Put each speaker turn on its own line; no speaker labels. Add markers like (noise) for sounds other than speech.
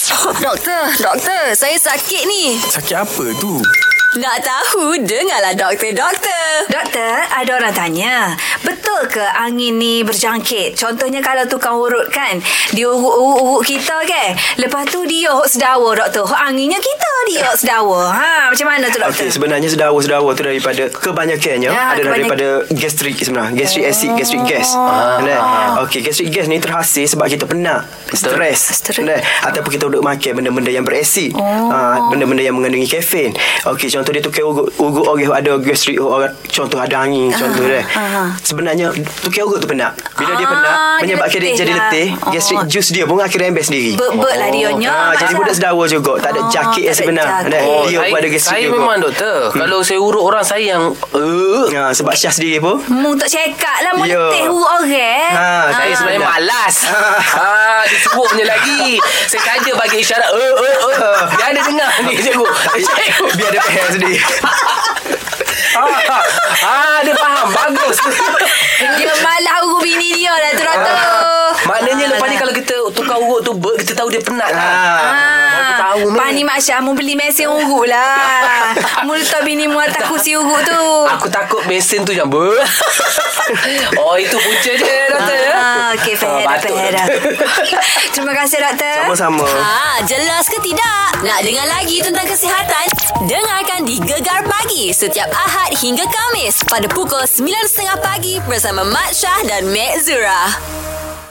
(laughs)
Doktor, doktor, saya sakit ni.
Sakit apa tu?
Nak tahu, dengarlah doktor, doktor.
Doktor, ada orang tanya, betul ke angin ni berjangkit? Contohnya kalau tukang urut kan, dia urut-urut kita ke? Lepas tu dia hok sedawa, doktor. Hok anginnya kita dia hok sedawa. Ha, macam mana tu, doktor?
Okey, sebenarnya sedawa-sedawa tu daripada
Ya,
kebanyakannya ya, ada
kebanyak- Oh.
daripada gastrik sebenarnya. Gastric acid, gastric gas. Kan?
Ah.
Okey, gastric gas ni terhasil sebab kita penat, stres.
Stres. Oh.
Kan? Ataupun kita duduk makan benda-benda yang berasid. Ah, benda-benda yang mengandungi kafein. Okey, contoh dia tukar ugut ugut orang yang ada gastrik orang contoh ada
Ah,
angin, contoh dia. Sebenarnya tukar ugut tu penat. Bila dia
Ah,
penat
dia
menyebabkan dia,
letih
jadi
lah.
letih, gastric
Oh.
juice dia pun akhirnya embes sendiri.
Bebek lah dia nyo.
Ah, jadi budak sedawa juga Tak ada jaket yang
Ah, tak ada
sebenar
jaket.
Kan?
Oh,
Dia
saya,
pun ada gastrik
saya
juga
memang doktor. Hmm. Kalau saya urut orang saya yang uh,
Ha, sebab Syah sendiri
(laughs)
pun
Mu tak cekak lah, mu
Ya.
letih urut orang.
Ha,
saya sebenarnya malas. ha, disuruhnya lagi. Saya saja bagi isyarat uh, uh, uh. Dia ada dengar ni cikgu. Cikgu.
Biar dia faham sendiri
(laughs) Ah, ah, dia faham. Bagus.
Dia malah urut bini dia lah tu, doktor.
Ah. Maknanya lepas
Ah.
ni kalau kita tukar urut tu ber- kita tahu dia penat
ha.
lah. Aku
Ah,
tahu, Mek.
Pani Mak Syah Mu beli mesin urut
(laughs)
lah Mu letak bini mu atas kursi urut tu
Aku takut mesin tu jam ber. (laughs) oh, itu punca je doktor ya.
Ah, Okey fair
Ah,
dah
batuk,
fair dah
doktor.
(laughs) Terima kasih doktor
Sama-sama
Ha, jelas ke tidak? Nak dengar lagi tentang kesihatan? Dengarkan di Gegar Pagi setiap Ahad hingga Kamis pada pukul 9.30 pagi bersama Mat Syah dan Mek Zura.